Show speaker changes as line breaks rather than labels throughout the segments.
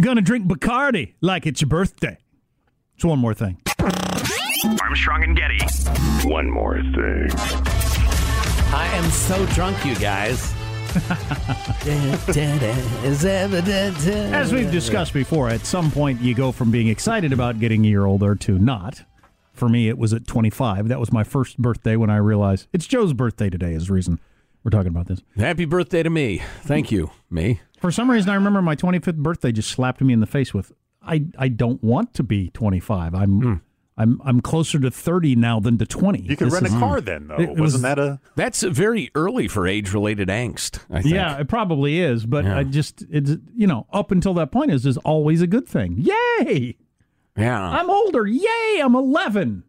Gonna drink Bacardi like it's your birthday. It's one more thing.
Armstrong and Getty.
One more thing.
I am so drunk, you guys.
As
As
we've discussed before, at some point you go from being excited about getting a year older to not. For me, it was at 25. That was my first birthday when I realized it's Joe's birthday today, is the reason we're talking about this.
Happy birthday to me. Thank you, me.
For some reason, I remember my 25th birthday just slapped me in the face with, I, I don't want to be 25. I'm. I'm I'm closer to 30 now than to 20.
Hmm. You could
This
rent a
is-
car then, though.
It- it
Wasn't
was-
that a?
That's very early for age-related angst. I think.
Yeah, it probably is, but
Yeah.
I just it's you know up until that point is is always a good thing. Yay!
yeah.
I'm older. Yay! I'm 11.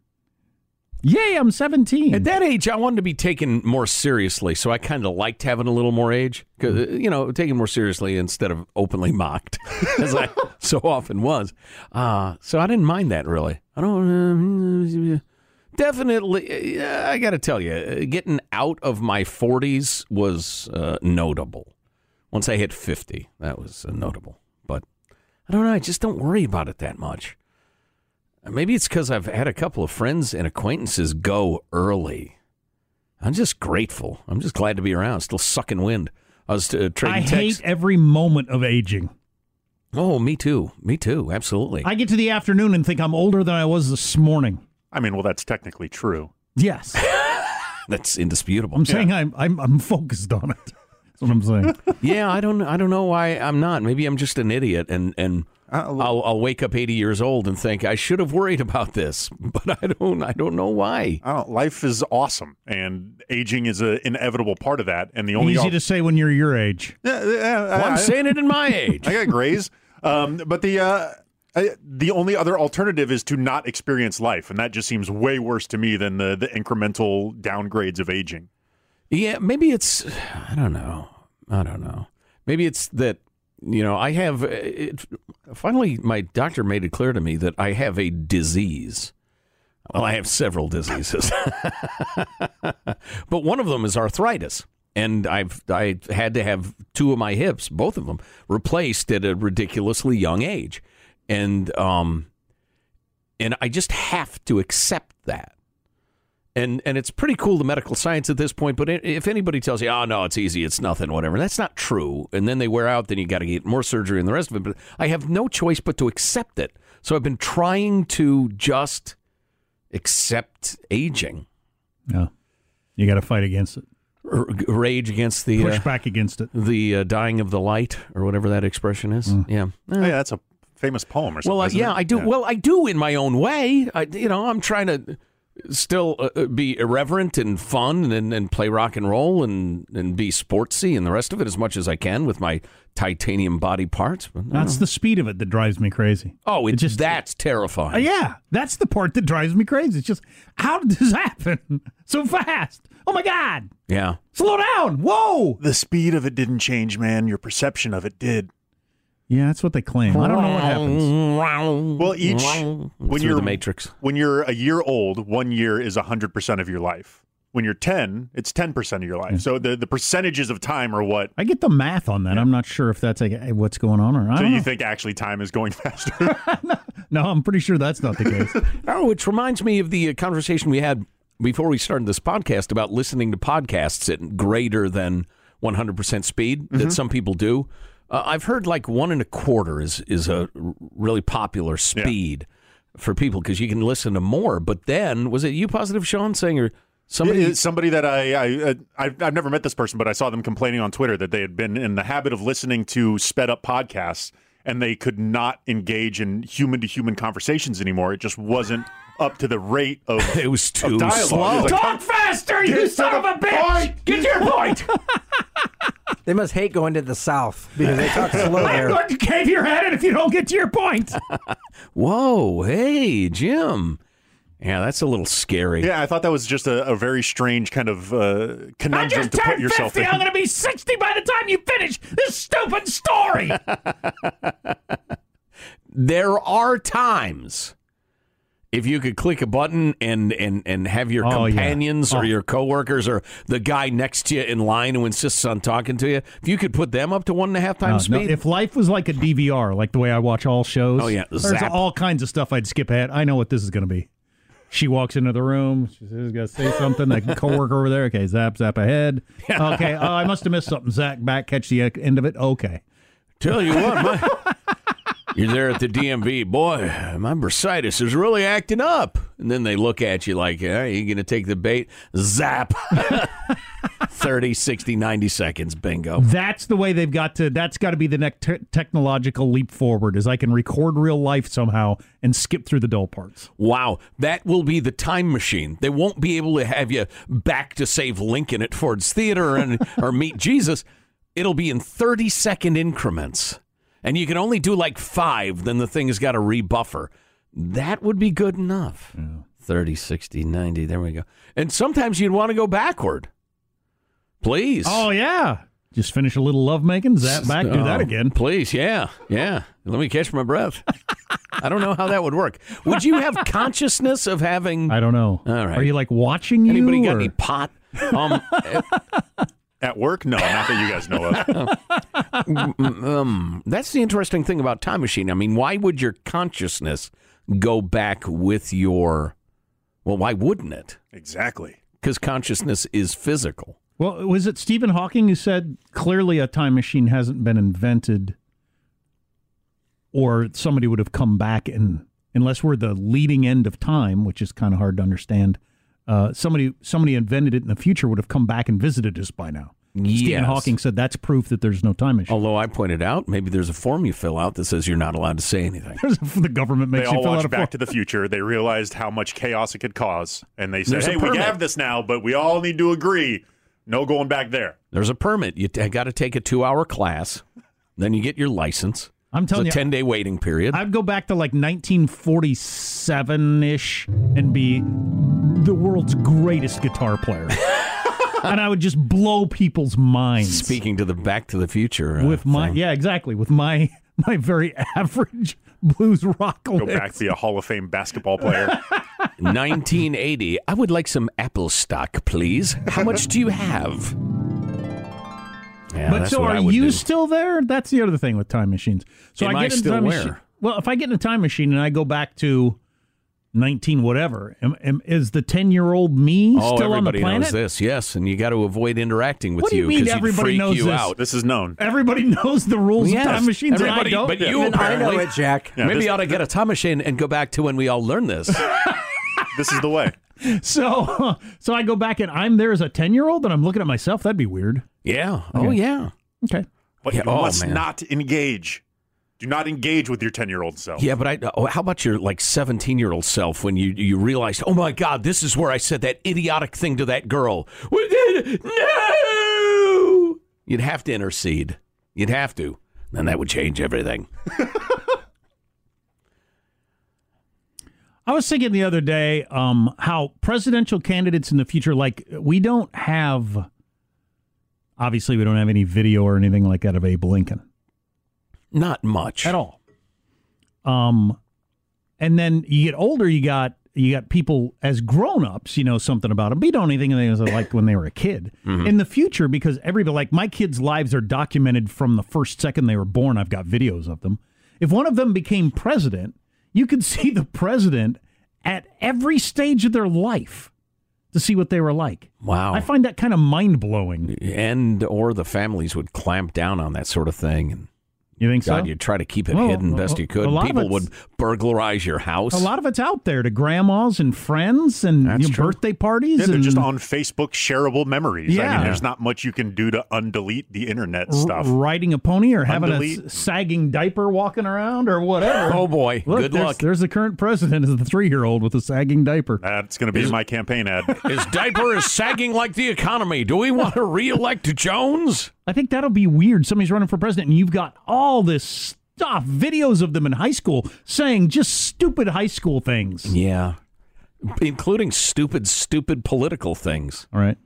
Yay! I'm 17.
At that age, I wanted to be taken more seriously, so I kind of liked having a little more age, 'Cause, uh, you know, taken more seriously instead of openly mocked, as I so often was. Uh, so I didn't mind that really. I don't. Uh, definitely, uh, I got to tell you, uh, getting out of my forties was uh, notable. Once I hit fifty, that was uh, notable. But I don't know. I just don't worry about it that much. Maybe it's because I've had a couple of friends and acquaintances go early. I'm just grateful. I'm just glad to be around. Still sucking wind. I was uh, trading
I hate
texts.
every moment of aging.
Oh, me too. Me too. Absolutely.
I get to the afternoon and think I'm older than I was this morning.
I mean, well, that's technically true.
Yes,
That's indisputable.
I'm saying I'm I'm I'm focused on it. That's what I'm saying.
yeah, I don't. I don't know why I'm not. Maybe I'm just an idiot, and and
Uh,
I'll I'll wake up 80 years old and think I should have worried about this, but I don't. I don't know why.
I don't. Life is awesome, and aging is an inevitable part of that. And the only
Easy to say when you're your age.
Yeah, yeah, yeah,
Well,
I-
I'm saying it in my age.
I got grays. Um, but the uh, I, the only other alternative is to not experience life, and that just seems way worse to me than the the incremental downgrades of aging.
Yeah, maybe it's I don't know. I don't know. Maybe it's that you know, I have uh, it, finally my doctor made it clear to me that I have a disease. Well, I have several diseases. but one of them is arthritis. And I've I had to have two of my hips, both of them, replaced at a ridiculously young age. And um and I just have to accept that and and it's pretty cool the medical science at this point. But i- if anybody tells you, oh no, it's easy, it's nothing, whatever, that's not true. And then they wear out, then you got to get more surgery and the rest of it. But I have no choice but to accept it. So I've been trying to just accept aging,
Yeah, you got to fight against it.
R- rage against the
Push
uh,
back against it.
the uh, dying of the light or whatever that expression is.
Mm.
Yeah.
Oh, yeah, that's a famous poem or something.
Hmm. Well, uh,
isn't
yeah,
it?
I do. Well, I do in my own way. I, you know, I'm trying to still uh, uh, be irreverent and fun and, and play rock and roll and, and be sportsy and the rest of it as much as I can with my titanium body parts. But, uh,
That's the speed of it that drives me crazy.
oh, it's
just-
just that's terrifying.
Uh, yeah, that's the part that drives me crazy. It's just, how did this happen so fast? Oh my God,
yeah.
slow down. Whoa.
the speed of it didn't change, man. Your perception of it did.
Yeah, that's what they claim. I don't know what happens.
Well, each when
Through
you're
the matrix.
when you're a year old, one year is hundred percent of your life. When you're ten, it's ten percent of your life. So the the percentages of time are what.
I get the math on that. I'm not sure if that's like, hey, what's going on or I
So
don't
you
know.
think actually time is going faster?
No, I'm pretty sure that's not the case.
Oh, which reminds me of the uh, conversation we had before we started this podcast about listening to podcasts at greater than 100% speed
Mm-hmm.
that some people do. Uh, I've heard like one and a quarter is, is a r- really popular speed for people because you can listen to more. But then, was it you positive, Sean, saying or somebody?
Somebody, somebody that I, I, uh, I've, I've never met this person, but I saw them complaining on Twitter that they had been in the habit of listening to sped up podcasts and they could not engage in human to human conversations anymore. It just wasn't up to the rate of.
it was too
dialogue.
slow.
It's like,
Talk faster, you son of a bitch! Get to your point!
They must hate going to the South because they talk
I'm
slow there.
going to cave your head in if you don't get to your point!
Whoa, hey, Jim. Yeah, that's a little scary.
yeah, I thought that was just a, a very strange kind of uh,
I
conundrum
just
to put
turned
yourself
50,
in.
I'm going to be 60 by the time you finish this stupid story!
There are times If you could click a button and and and have your
Oh, yeah.
companions
Oh.
or your coworkers or the guy next to you in line who insists on talking to you, if you could put them up to one and a half
Uh,
times
no,
speed,
if life was like a DVR, like the way I watch all shows,
Oh, yeah,
there's
zap.
all kinds of stuff I'd skip ahead. I know what this is going to be. She walks into the room. She's going to say something. That coworker over there. Okay, zap, zap ahead. Okay, oh, I must have missed something. Zach, back, catch the e-, end of it. Okay.
Tell you what, my, you're there at the DMV. Boy, my bursitis is really acting up. And then they look at you like, hey, you going to take the bait? Zap. 30, 60, 90 seconds. Bingo.
That's the way they've got to. That's got to be the next te- technological leap forward. Is I can record real life somehow and skip through the dull parts.
Wow. That will be the time machine. They won't be able to have you back to save Lincoln at Ford's Theater and, or meet Jesus. It'll be in 30 second increments. And you can only do like five, then the thing has got to rebuffer. That would be good enough. 30, 60, 90. There we go. And sometimes you'd want to go backward. Please.
Oh yeah. Just finish a little lovemaking. Zap back. Do that
Oh,
again.
Please, yeah. Yeah. Let me catch my breath. I don't know how that would work. Would you have consciousness of having
I don't know.
All right.
Are you like watching you?
Anybody got
or-
any pot? Um, eh,
At work? No, not that you guys know of.
um, that's the interesting thing about time machine. I mean, why would your consciousness go back with your? Well, why wouldn't it?
exactly.
Because consciousness is physical.
Well, was it Stephen Hawking who said clearly a time machine hasn't been invented, or somebody would have come back and unless we're the leading end of time, which is kind of hard to understand. Uh, somebody somebody invented it in the future would have come back and visited us by now. Stephen
Yes.
Hawking said that's proof that there's no time
Oh.
machine.
Although I pointed out, maybe there's a form you fill out that says you're not allowed to say anything.
the government
They
makes you
all
fill out a
watched
form.
Back to the Future. They realized how much chaos it could cause, and they said,
There's a
"Hey, we
permit.
have this now, but we all need to agree, no going back there."
There's a permit. You t- got to take a two-hour class, then you get your license.
I'm telling
it's a
you-
ten-day waiting period.
I'd go back to like 1947 ish and be the world's greatest guitar player. and I would just blow people's minds
Speaking to the Back to the Future uh,
with my
thing.
yeah exactly with my my very average blues rock
Go back,
lyrics.
be a Hall of Fame basketball player.
1980. I would like some Apple stock, please. How much do you have? Yeah,
But
that's
so
what
are
I would
you
do.
still there? That's the other thing with time machines. So
Am I
I get in
still
time
where?
machine. Well, if I get in a time machine and I go back to 19 whatever, am, am, is the 10 year old me
Oh,
still on the
everybody
planet?
knows this. Yes, and you got to avoid interacting with
What do you
you
mean
because would
everybody
freak
knows
you
this?
out.
this is known.
Everybody knows the rules
Yes,
of time machines, and I
everybody-
don't.
but you
Even I know
apparently-
it, Jack.
Maybe
this-
you ought to get a time machine and go back to when we all learned this.
This is the way.
So, so I go back and I'm there as a ten year old, and I'm looking at myself. That'd be weird.
yeah. Oh, yeah.
Okay.
But
Yeah,
you
oh,
must
man.
not engage. Do not engage with your ten-year-old self.
Yeah, but I. Oh, how about your like seventeen-year-old self when you you realized, oh my God, this is where I said that idiotic thing to that girl. What did- No, you'd have to intercede. You'd have to. Then that would change everything.
I was thinking the other day um, how presidential candidates in the future, like we don't have. Obviously, we don't have any video or anything like that of Abe Lincoln
Not much.
at all. Um, and then you get older, you got you got people as grown ups, you know something about them, but you don't know anything they was like when they were a kid.
Mm-hmm.
In the future, because everybody like my kids' lives are documented from the first second they were born. I've got videos of them. If one of them became president, you could see the president at every stage of their life to see what they were like.
Wow.
I find that kind of mind blowing.
and or the families would clamp down on that sort of thing, and
You think
God,
so?
you'd try to keep it
Well,
hidden best
a-
you could.
a lot of
People
it's-
would burglarize your house.
A lot of it's out there to grandmas and friends and
That's
you know,
true.
birthday parties.
Yeah, they're
and
just on Facebook shareable memories. I
Yeah.
mean, there's not much you can do to undelete the internet stuff.
riding a pony or having a
Undelete.
s- sagging diaper walking around or whatever.
Oh boy,
Look,
good
there's,
luck.
There's the current president is the three year old with a sagging diaper.
That's going to be my campaign ad.
His diaper is sagging like the economy. Do we want to reelect Jones?
I think that'll be weird. Somebody's running for president and you've got all this stuff, videos of them in high school saying just stupid high school things.
Yeah. Including stupid, stupid political things.
All right.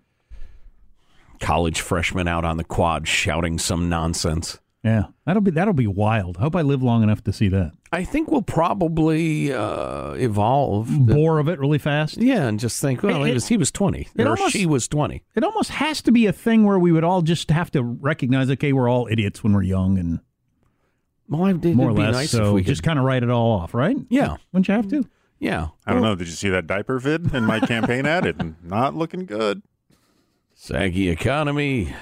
College freshmen out on the quad shouting some nonsense.
Yeah, that'll be that'll be wild. I hope I live long enough to see that.
I think we'll probably uh, evolve.
Bore of it really fast.
Yeah, and just think, well,
It-
he was he was twenty,
it
or
almost-
she was twenty.
It almost has to be a thing where we would all just have to recognize, okay, we're all idiots when we're young, and
Well, I- it'd
more or
be
less.
nice
so
if we could.
just kind of write it all off, right?
yeah,
Wouldn't you have to?
yeah.
I don't know. Did you see that diaper vid in my campaign ad? It not looking good.
Saggy economy,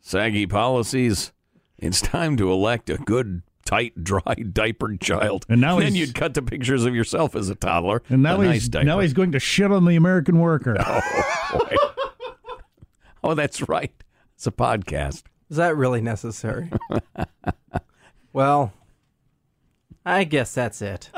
saggy policies. It's time to elect a good, tight, dry, diapered child.
And now
then
he's-
you'd cut the pictures of yourself as a toddler.
And now
a nice
he's
diaper.
now he's going to shit on the American worker.
Oh, that's right. It's a podcast.
Is that really necessary? well, I guess that's it.